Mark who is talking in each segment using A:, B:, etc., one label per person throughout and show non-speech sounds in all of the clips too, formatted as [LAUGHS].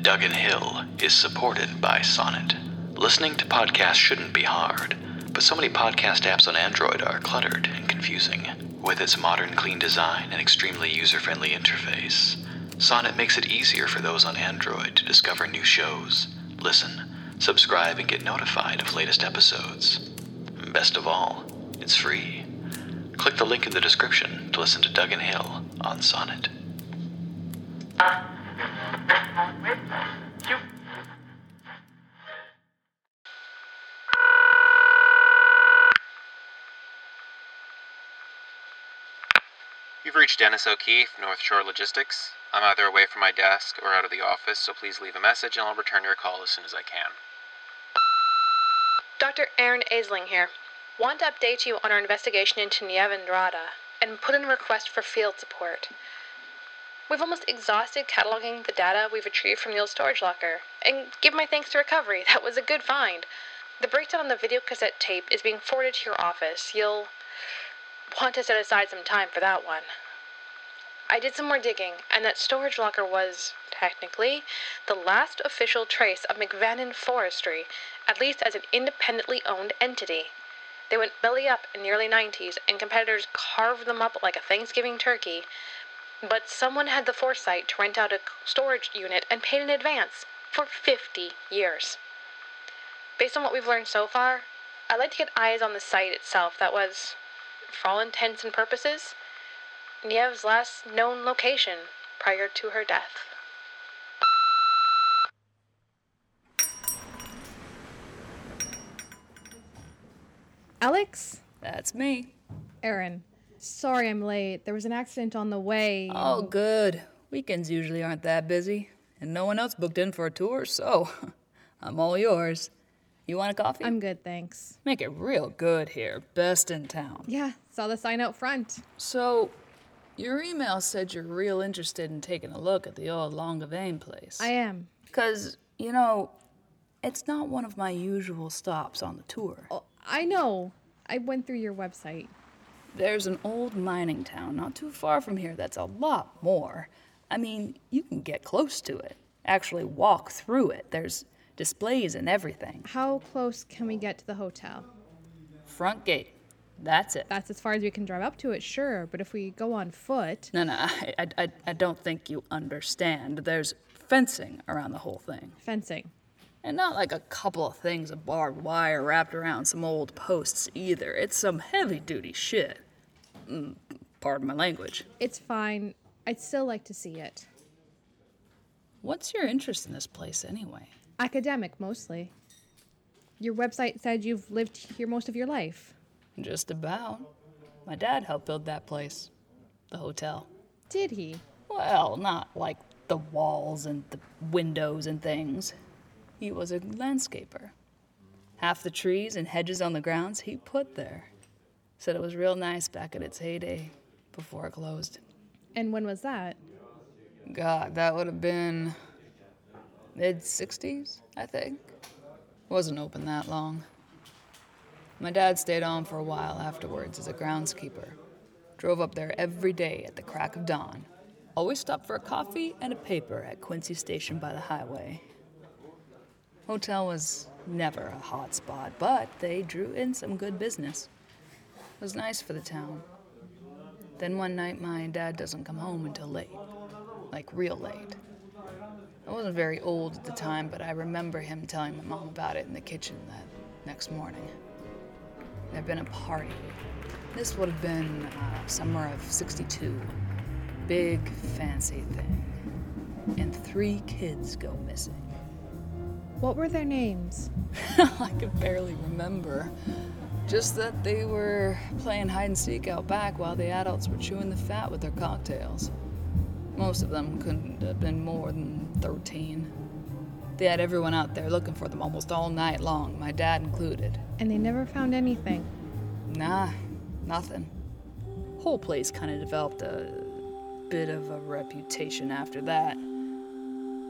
A: Duggan Hill is supported by Sonnet. Listening to podcasts shouldn't be hard, but so many podcast apps on Android are cluttered and confusing. With its modern, clean design and extremely user friendly interface, Sonnet makes it easier for those on Android to discover new shows, listen, subscribe, and get notified of latest episodes. Best of all, it's free. Click the link in the description to listen to Duggan Hill on Sonnet.
B: You've reached Dennis O'Keefe, North Shore Logistics. I'm either away from my desk or out of the office, so please leave a message and I'll return your call as soon as I can.
C: Dr. Aaron Aisling here. Want to update you on our investigation into Nievendrada and put in a request for field support. We've almost exhausted cataloging the data we've retrieved from the old storage locker. And give my thanks to Recovery, that was a good find. The breakdown on the video cassette tape is being forwarded to your office. You'll want to set aside some time for that one. I did some more digging, and that storage locker was, technically, the last official trace of McVannon Forestry, at least as an independently owned entity. They went belly up in the early 90s, and competitors carved them up like a Thanksgiving turkey. But someone had the foresight to rent out a storage unit and paid in advance for 50 years. Based on what we've learned so far, I'd like to get eyes on the site itself that was, for all intents and purposes, Niev's last known location prior to her death.
D: Alex?
E: That's me.
D: Aaron. Sorry I'm late. There was an accident on the way.
E: Oh, good. Weekends usually aren't that busy, and no one else booked in for a tour, so [LAUGHS] I'm all yours. You want a coffee?
D: I'm good, thanks.
E: Make it real good here. Best in town.
D: Yeah, saw the sign out front.
E: So, your email said you're real interested in taking a look at the old Longavane place.
D: I am.
E: Because, you know, it's not one of my usual stops on the tour.
D: Oh, I know. I went through your website.
E: There's an old mining town not too far from here that's a lot more. I mean, you can get close to it, actually walk through it. There's displays and everything.
D: How close can we get to the hotel?
E: Front gate. That's it.
D: That's as far as we can drive up to it, sure, but if we go on foot,
E: No, no, I, I, I- I don't think you understand. There's fencing around the whole thing.
D: fencing.
E: And not like a couple of things of barbed wire wrapped around some old posts either. It's some heavy duty shit. Mm, pardon my language.
D: It's fine. I'd still like to see it.
E: What's your interest in this place anyway?
D: Academic, mostly. Your website said you've lived here most of your life.
E: Just about. My dad helped build that place, the hotel.
D: Did he?
E: Well, not like the walls and the windows and things. He was a landscaper. Half the trees and hedges on the grounds he put there. Said it was real nice back in its heyday before it closed.
D: And when was that?
E: God, that would have been mid 60s, I think. Wasn't open that long. My dad stayed on for a while afterwards as a groundskeeper. Drove up there every day at the crack of dawn. Always stopped for a coffee and a paper at Quincy Station by the highway. Hotel was never a hot spot, but they drew in some good business. It was nice for the town. Then one night, my dad doesn't come home until late like real late. I wasn't very old at the time, but I remember him telling my mom about it in the kitchen that next morning. There'd been a party. This would have been uh, summer of 62. Big, fancy thing. And three kids go missing.
D: What were their names?
E: [LAUGHS] I could barely remember. Just that they were playing hide and seek out back while the adults were chewing the fat with their cocktails. Most of them couldn't have been more than 13. They had everyone out there looking for them almost all night long, my dad included.
D: And they never found anything.
E: Nah, nothing. Whole place kind of developed a bit of a reputation after that.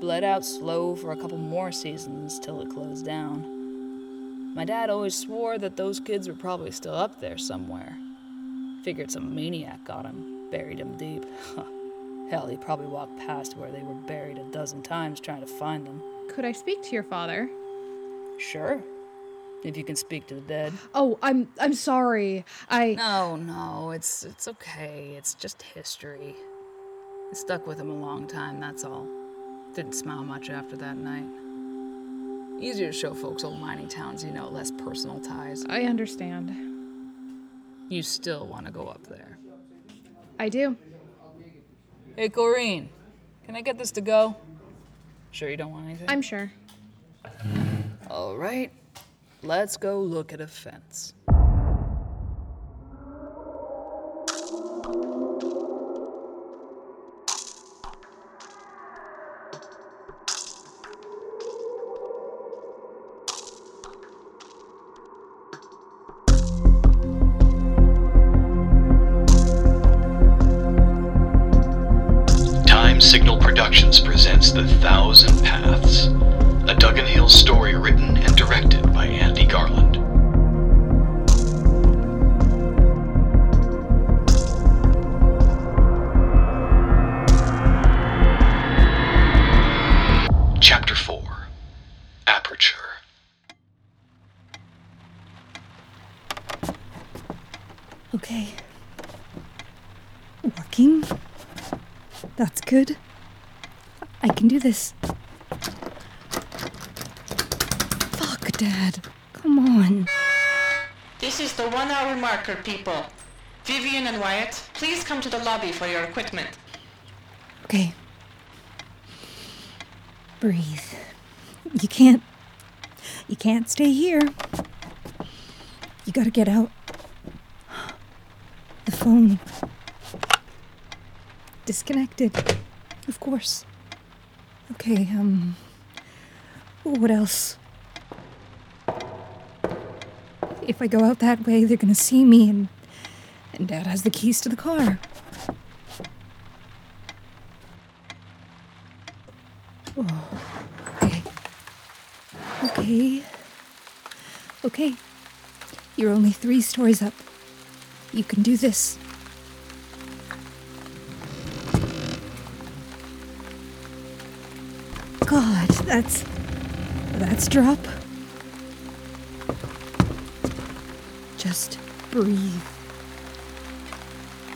E: Bled out slow for a couple more seasons till it closed down. My dad always swore that those kids were probably still up there somewhere. Figured some maniac got 'em, buried 'em deep. [LAUGHS] Hell, he probably walked past where they were buried a dozen times trying to find them.
F: Could I speak to your father?
E: Sure. If you can speak to the dead.
F: Oh, I'm I'm sorry. I
E: No, no, it's it's okay. It's just history. It stuck with him a long time, that's all. Didn't smile much after that night. Easier to show folks old mining towns, you know, less personal ties.
F: I understand.
E: You still want to go up there.
F: I do.
E: Hey, Corrine, can I get this to go? Sure you don't want anything?
F: I'm sure.
E: All right, let's go look at a fence.
A: Time Signal Productions presents The Thousand Paths, a Duggan Hills story written and directed by Andy Garland. Chapter 4 Aperture.
G: Okay. Working? That's good. I can do this. Fuck, Dad. Come on.
H: This is the one hour marker, people. Vivian and Wyatt, please come to the lobby for your equipment.
G: Okay. Breathe. You can't. You can't stay here. You gotta get out. The phone. Disconnected. Of course. Okay, um. What else? If I go out that way, they're gonna see me, and. And Dad has the keys to the car. Oh. Okay. Okay. Okay. You're only three stories up. You can do this. God, that's. That's drop. Just breathe.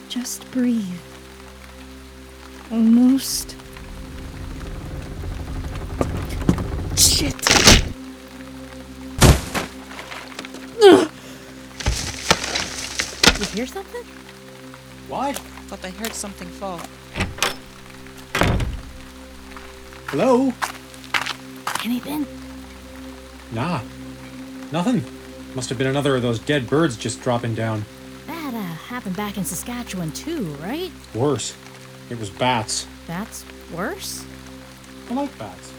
G: Just breathe. Almost. Shit.
F: You hear something?
I: What?
J: Thought I heard something fall.
I: Hello?
G: Anything?
I: Nah. Nothing. Must have been another of those dead birds just dropping down.
K: That uh, happened back in Saskatchewan too, right?
I: Worse. It was bats.
K: That's worse.
I: I like bats.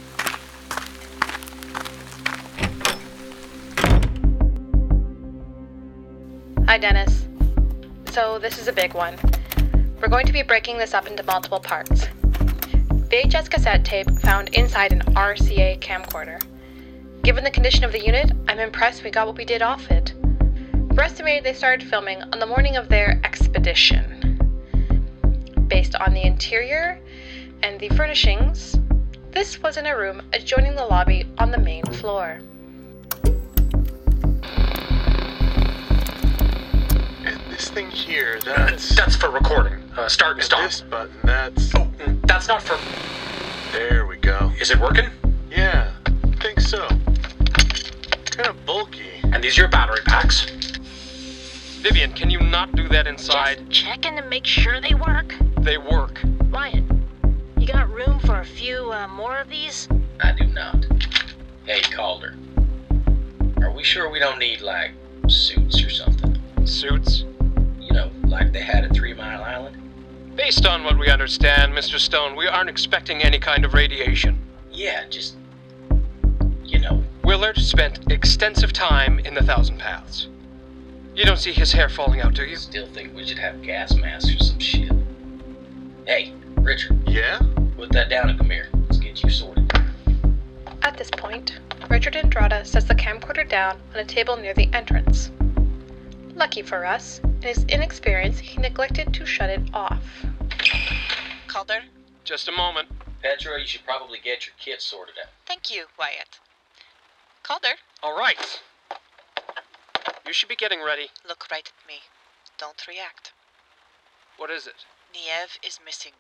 C: Hi, Dennis. So, this is a big one. We're going to be breaking this up into multiple parts. VHS cassette tape found inside an RCA camcorder. Given the condition of the unit, I'm impressed we got what we did off it. We're estimated they started filming on the morning of their expedition. Based on the interior and the furnishings, this was in a room adjoining the lobby on the main floor.
L: And this thing here, that's.
M: That's for recording. Uh, start and stop.
L: This button, that's.
M: Oh, mm, that's not for.
L: There we go.
M: Is it working?
L: Yeah, think so. Kinda bulky.
M: And these are your battery packs. Vivian, can you not do that inside?
K: Just checking to make sure they work.
M: They work.
K: Wyatt, you got room for a few uh, more of these?
N: I do not. Hey, Calder. Are we sure we don't need, like, suits or something?
M: Suits?
N: You know, like they had at Three Mile Island?
M: Based on what we understand, Mr. Stone, we aren't expecting any kind of radiation.
N: Yeah, just. You know,
M: Willard spent extensive time in the Thousand Paths. You don't see his hair falling out, do you?
N: still think we should have gas masks or some shit. Hey, Richard,
L: Yeah?
N: put that down and come here. Let's get you sorted.
C: At this point, Richard Andrada sets the camcorder down on a table near the entrance. Lucky for us, in his inexperience, he neglected to shut it off.
J: Calder,
O: Just a moment.
N: Petra, you should probably get your kit sorted out.
H: Thank you, Wyatt. Calder,
O: All right. You should be getting ready.
H: look right at me. Don't react.
O: What is it?
H: Niev is missing.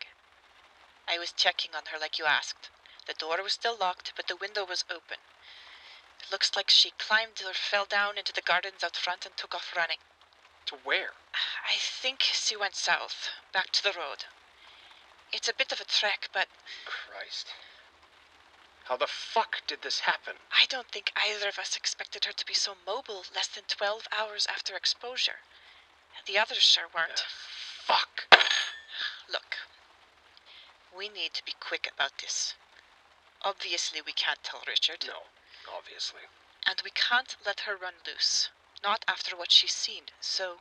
H: I was checking on her like you asked. The door was still locked, but the window was open. It looks like she climbed or fell down into the gardens out front and took off running.
O: To where?
H: I think she went south, back to the road. It's a bit of a trek, but
O: Christ. How the fuck did this happen?
H: I don't think either of us expected her to be so mobile less than 12 hours after exposure. The others sure weren't.
O: fuck.
H: Look, we need to be quick about this. Obviously, we can't tell Richard.
O: No, obviously.
H: And we can't let her run loose. Not after what she's seen. So,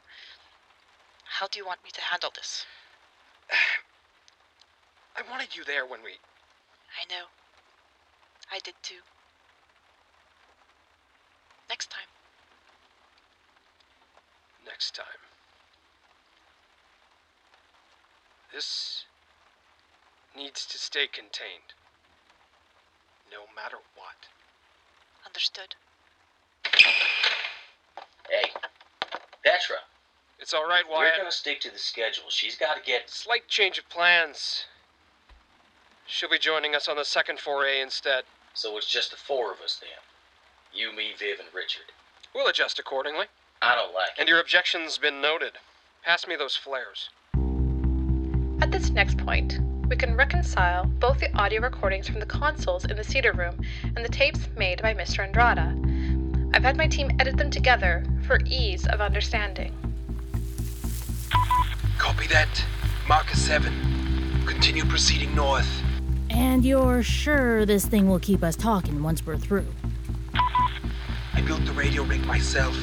H: how do you want me to handle this?
O: I wanted you there when we.
H: I know. I did too. Next time.
O: Next time. This needs to stay contained. No matter what.
H: Understood.
N: Hey, Petra.
O: It's all right,
N: We're
O: Wyatt.
N: gonna stick to the schedule. She's gotta get.
O: Slight change of plans. She'll be joining us on the second foray instead.
N: So it's just the four of us then. You, me, Viv, and Richard.
O: We'll adjust accordingly.
N: I don't like
O: And your objection's been noted. Pass me those flares.
C: At this next point, we can reconcile both the audio recordings from the consoles in the Cedar Room and the tapes made by Mr. Andrada. I've had my team edit them together for ease of understanding.
P: Copy that. Marker 7. Continue proceeding north.
K: And you're sure this thing will keep us talking once we're through?
P: I built the radio rig myself,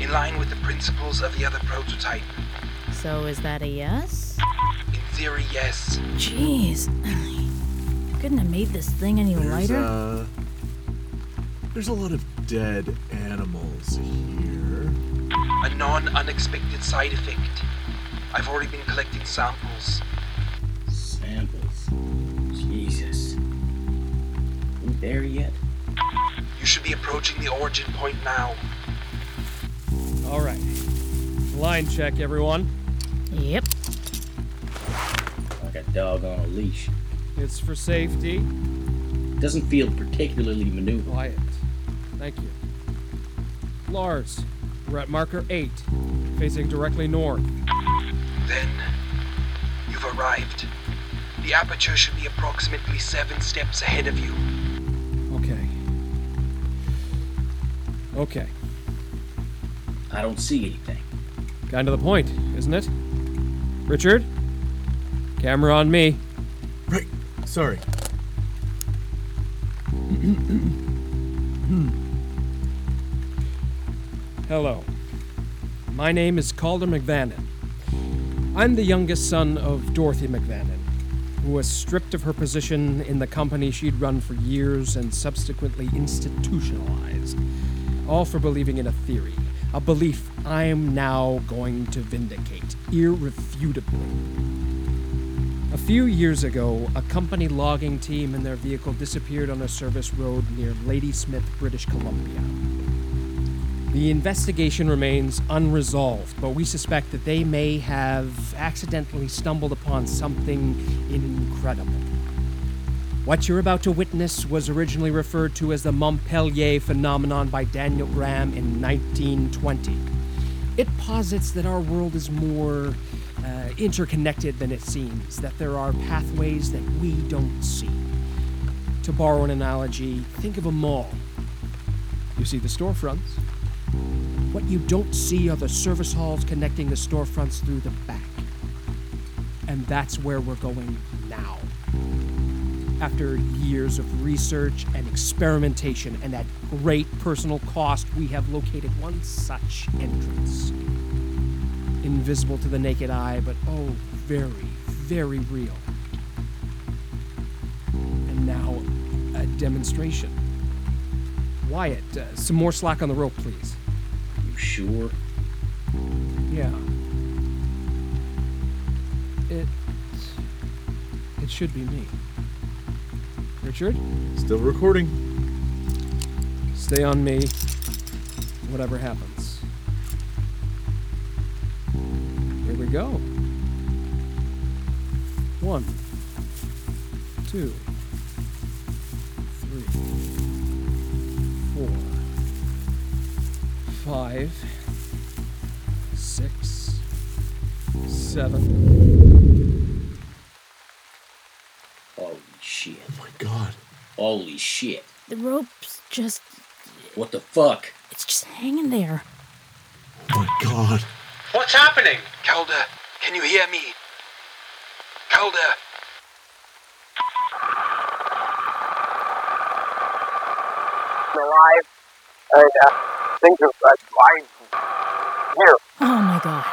P: in line with the principles of the other prototype.
K: So is that a yes?
P: In theory, yes.
K: Jeez. [SIGHS] Couldn't have made this thing any
L: There's uh,
K: lighter.
L: a, there's a lot of dead animals here.
P: A non unexpected side effect. I've already been collecting samples.
N: Samples. Jesus. We there yet?
P: You should be approaching the origin point now.
M: All right. Line check, everyone.
K: Yep.
N: Like a dog on a leash.
M: It's for safety.
N: Doesn't feel particularly maneuvered.
M: Quiet. Thank you. Lars, we're at marker 8, facing directly north.
P: Then, you've arrived. The aperture should be approximately seven steps ahead of you.
M: Okay. Okay.
N: I don't see anything.
M: Kind of the point, isn't it? Richard? Camera on me.
L: Right. Sorry.
M: Hello. My name is Calder McVannon. I'm the youngest son of Dorothy McVannon, who was stripped of her position in the company she'd run for years and subsequently institutionalized, all for believing in a theory, a belief I'm now going to vindicate irrefutably. A few years ago, a company logging team and their vehicle disappeared on a service road near Ladysmith, British Columbia. The investigation remains unresolved, but we suspect that they may have accidentally stumbled upon something incredible. What you're about to witness was originally referred to as the Montpellier phenomenon by Daniel Graham in 1920. It posits that our world is more uh, interconnected than it seems, that there are pathways that we don't see. To borrow an analogy, think of a mall. You see the storefronts, what you don't see are the service halls connecting the storefronts through the back. And that's where we're going now. After years of research and experimentation, and at great personal cost, we have located one such entrance. Invisible to the naked eye, but oh, very, very real. And now, a demonstration. Wyatt, uh, some more slack on the rope, please.
N: You sure?
M: Yeah. It it should be me. Richard?
L: Still recording.
M: Stay on me, whatever happens. Here we go. One, two, three, four, five, six, seven.
N: Holy shit. Oh my
L: god.
N: Holy shit.
K: The rope's just,
N: What the fuck?
K: it's just hanging there.
L: Oh My god.
N: What's happening?
P: Calder, can you hear me? Calder!
Q: alive. I uh, think of uh, I'm here.
K: Oh my god.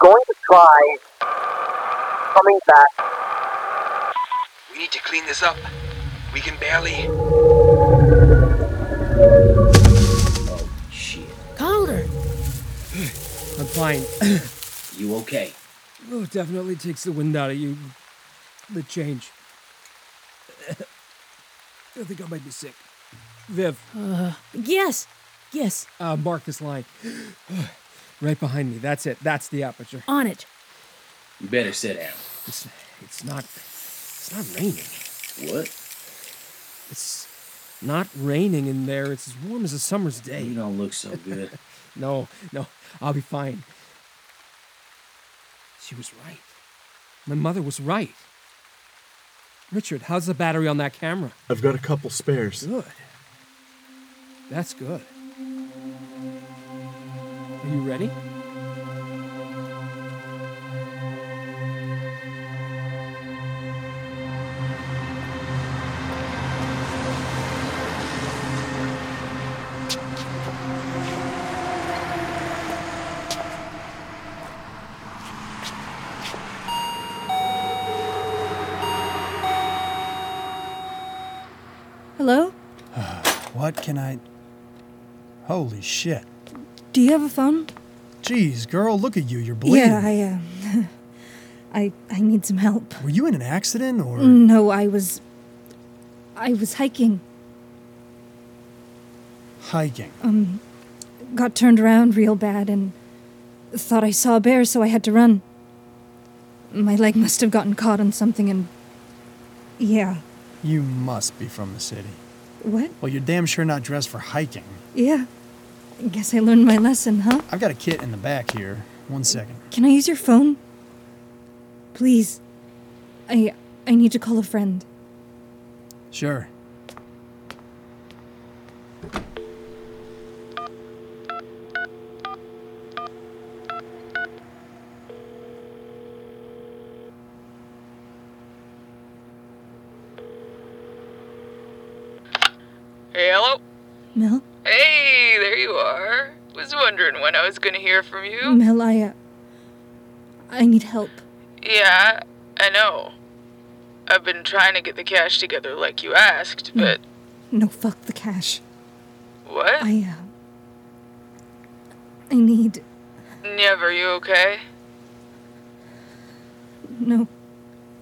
Q: Going to try coming back.
P: We need to clean this up. We can barely.
K: Calder!
M: I'm fine.
N: you okay?
M: [COUGHS] Oh, it definitely takes the wind out of you. The change. I think I might be sick. Viv.
K: Uh, yes. Yes.
M: Uh, mark this line. [GASPS] right behind me. That's it. That's the aperture.
K: On it.
N: You better sit down.
M: It's, it's not. It's not raining.
N: What?
M: It's not raining in there. It's as warm as a summer's day. You
N: don't look so good.
M: [LAUGHS] no, no. I'll be fine. She was right. My mother was right. Richard, how's the battery on that camera?
L: I've got a couple spares.
M: Good. That's good. Are you ready?
G: Hello?
R: [SIGHS] What can I. Holy shit.
G: Do you have a phone?
R: Jeez, girl, look at you. You're bleeding.
G: Yeah, I Uh, [LAUGHS] I I need some help.
R: Were you in an accident or.
G: No, I was. I was hiking.
R: Hiking.
G: Um, got turned around real bad and thought I saw a bear, so I had to run. My leg must have gotten caught on something and. Yeah.
R: You must be from the city.
G: What?
R: Well, you're damn sure not dressed for hiking.
G: Yeah. I guess I learned my lesson, huh?
R: I've got a kit in the back here. One second.
G: Can I use your phone? Please. I I need to call a friend.
R: Sure.
S: Hey, hello?
G: Mel?
S: Hey, there you are. Was wondering when I was gonna hear from you.
G: Mel, I uh, I need help.
S: Yeah, I know. I've been trying to get the cash together like you asked, but
G: No, fuck the cash.
S: what?
G: I uh, I need
S: Never, you okay?
G: no.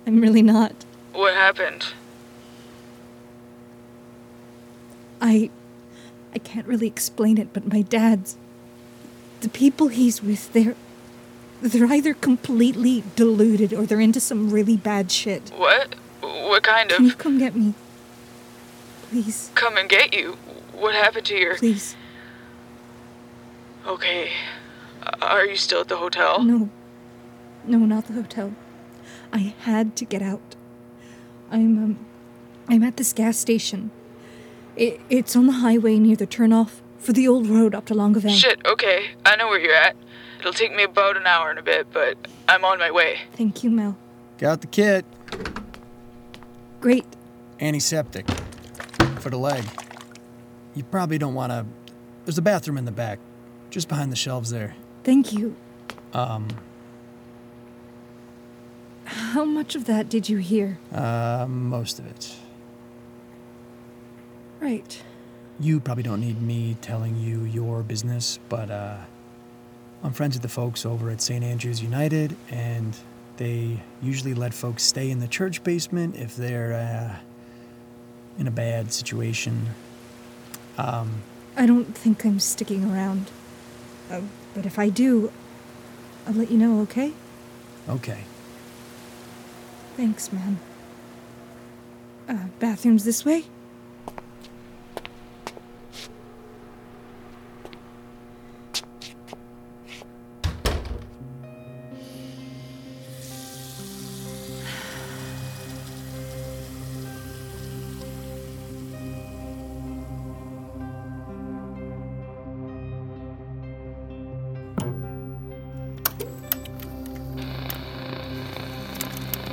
G: I'm really not.
S: What happened?
G: I I can't really explain it, but my dad's the people he's with, they're they're either completely deluded or they're into some really bad shit.
S: What? What kind
G: Can you
S: of.
G: come get me? Please,
S: Come and get you. What happened to your.
G: please.
S: Okay. Are you still at the hotel?
G: No. No, not the hotel. I had to get out. I'm um, I'm at this gas station. It, it's on the highway near the turnoff for the old road up to Longavan.
S: Shit, okay. I know where you're at. It'll take me about an hour and a bit, but I'm on my way.
G: Thank you, Mel.
R: Got the kit.
G: Great.
R: Antiseptic. For the leg. You probably don't want to. There's a bathroom in the back, just behind the shelves there.
G: Thank you.
R: Um,
G: How much of that did you hear?
R: uh, most of it.
G: Right.
R: You probably don't need me telling you your business, but uh, I'm friends with the folks over at St. Andrew's United, and they usually let folks stay in the church basement if they're uh, in a bad situation. Um,
G: I don't think I'm sticking around. Uh, but if I do, I'll let you know, okay?
R: okay.
G: Thanks, man. Uh, bathroom's this way?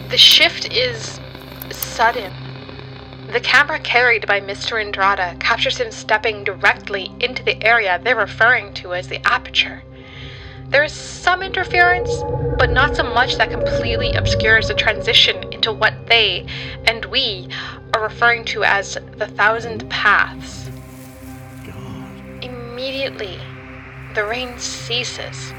C: The shift is sudden. The camera carried by Mr. Andrada captures him stepping directly into the area they're referring to as the aperture. There is some interference, but not so much that completely obscures the transition into what they and we are referring to as the Thousand Paths. Immediately, the rain ceases.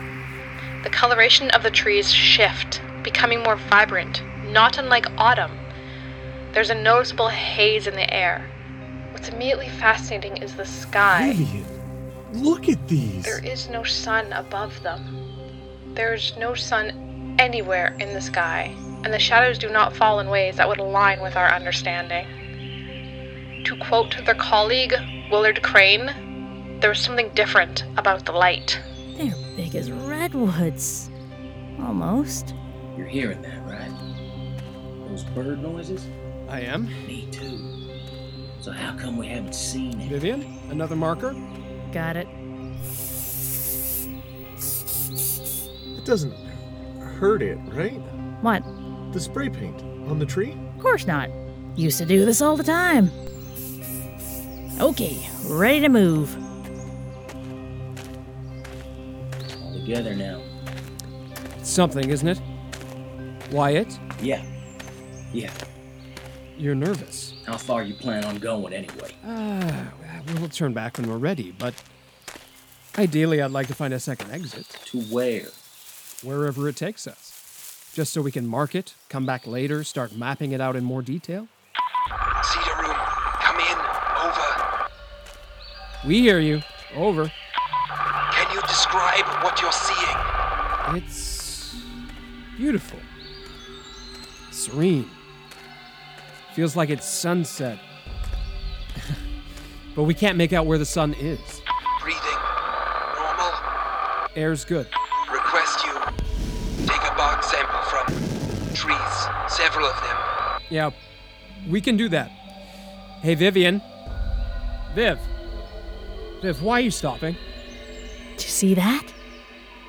C: The coloration of the trees shift, becoming more vibrant, not unlike autumn. There's a noticeable haze in the air. What's immediately fascinating is the sky.
L: Vivian, look at these.
C: There is no sun above them. There's no sun anywhere in the sky, and the shadows do not fall in ways that would align with our understanding. To quote their colleague, Willard Crane, there was something different about the light.
K: They're big as redwoods. Almost.
N: You're hearing that, right? Those bird noises?
M: I am.
N: Me too. So how come we haven't seen it?
M: Vivian, another marker?
K: Got it.
L: It doesn't hurt it, right?
K: What?
L: The spray paint on the tree?
K: Of course not. Used to do this all the time. Okay, ready to move.
N: All together now.
M: Something, isn't it? Wyatt,
N: Yeah. Yeah.
M: you're nervous.
N: How far you plan on going anyway?
M: Ah, we'll turn back when we're ready, but ideally I'd like to find a second exit.
N: To where?
M: Wherever it takes us. Just so we can mark it, come back later, start mapping it out in more detail.
P: Cedar room, come in, over.
M: We hear you. Over.
P: Can you describe what you're seeing?
M: It's beautiful, serene. Feels like it's sunset. [LAUGHS] but we can't make out where the sun is.
P: Breathing, normal.
M: Air's good.
P: Request you take a bark sample from trees, several of them.
M: Yeah, we can do that. Hey, Vivian. Viv. Viv, why are you stopping?
K: Did you see that?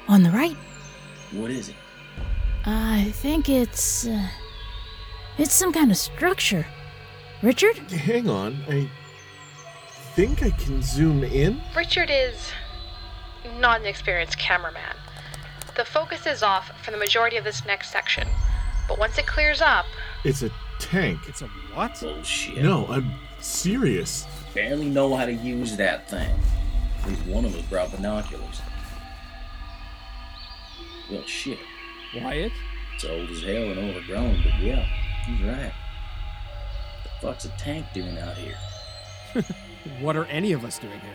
K: On the right?
N: What is it?
K: I think it's. Uh, it's some kind of structure. Richard?
L: Hang on, I think I can zoom in.
C: Richard is not an experienced cameraman. The focus is off for the majority of this next section, but once it clears up,
L: It's a tank.
M: It's a what?
N: Bullshit.
L: No, I'm serious.
N: Barely know how to use that thing. At least one of us brought binoculars. Well, shit.
M: Wyatt?
N: It's old as hell and overgrown, but yeah, he's right. The fuck's a tank doing out here?
M: What are any of us doing here?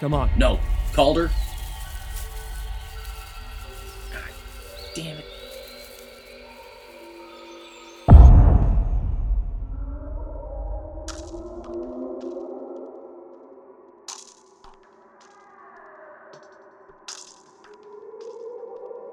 M: Come on.
N: No, Calder. God damn it.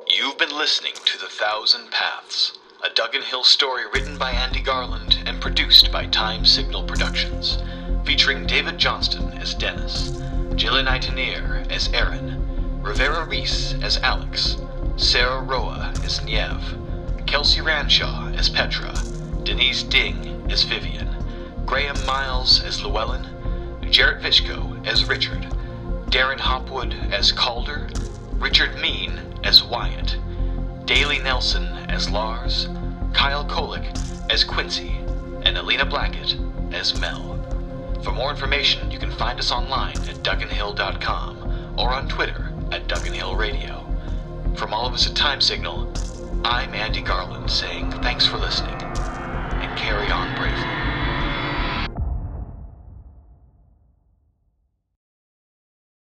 A: You've been listening to The Thousand Paths, a Duggan Hill story written by Andy Garland and produced by Time Signal Productions, featuring David Johnston as Dennis, Jillian Itanier as Aaron, Rivera Reese as Alex, Sarah Roa as Niev, Kelsey Ranshaw as Petra, Denise Ding as Vivian, Graham Miles as Llewellyn, Jarrett Vishko as Richard, Darren Hopwood as Calder, Richard Mean as Wyatt, Daley Nelson as Lars, Kyle Kolick as Quincy, and Alina Blackett as Mel. For more information, you can find us online at DugganHill.com or on Twitter at Duggan Hill Radio. From all of us at Time Signal, I'm Andy Garland saying thanks for listening.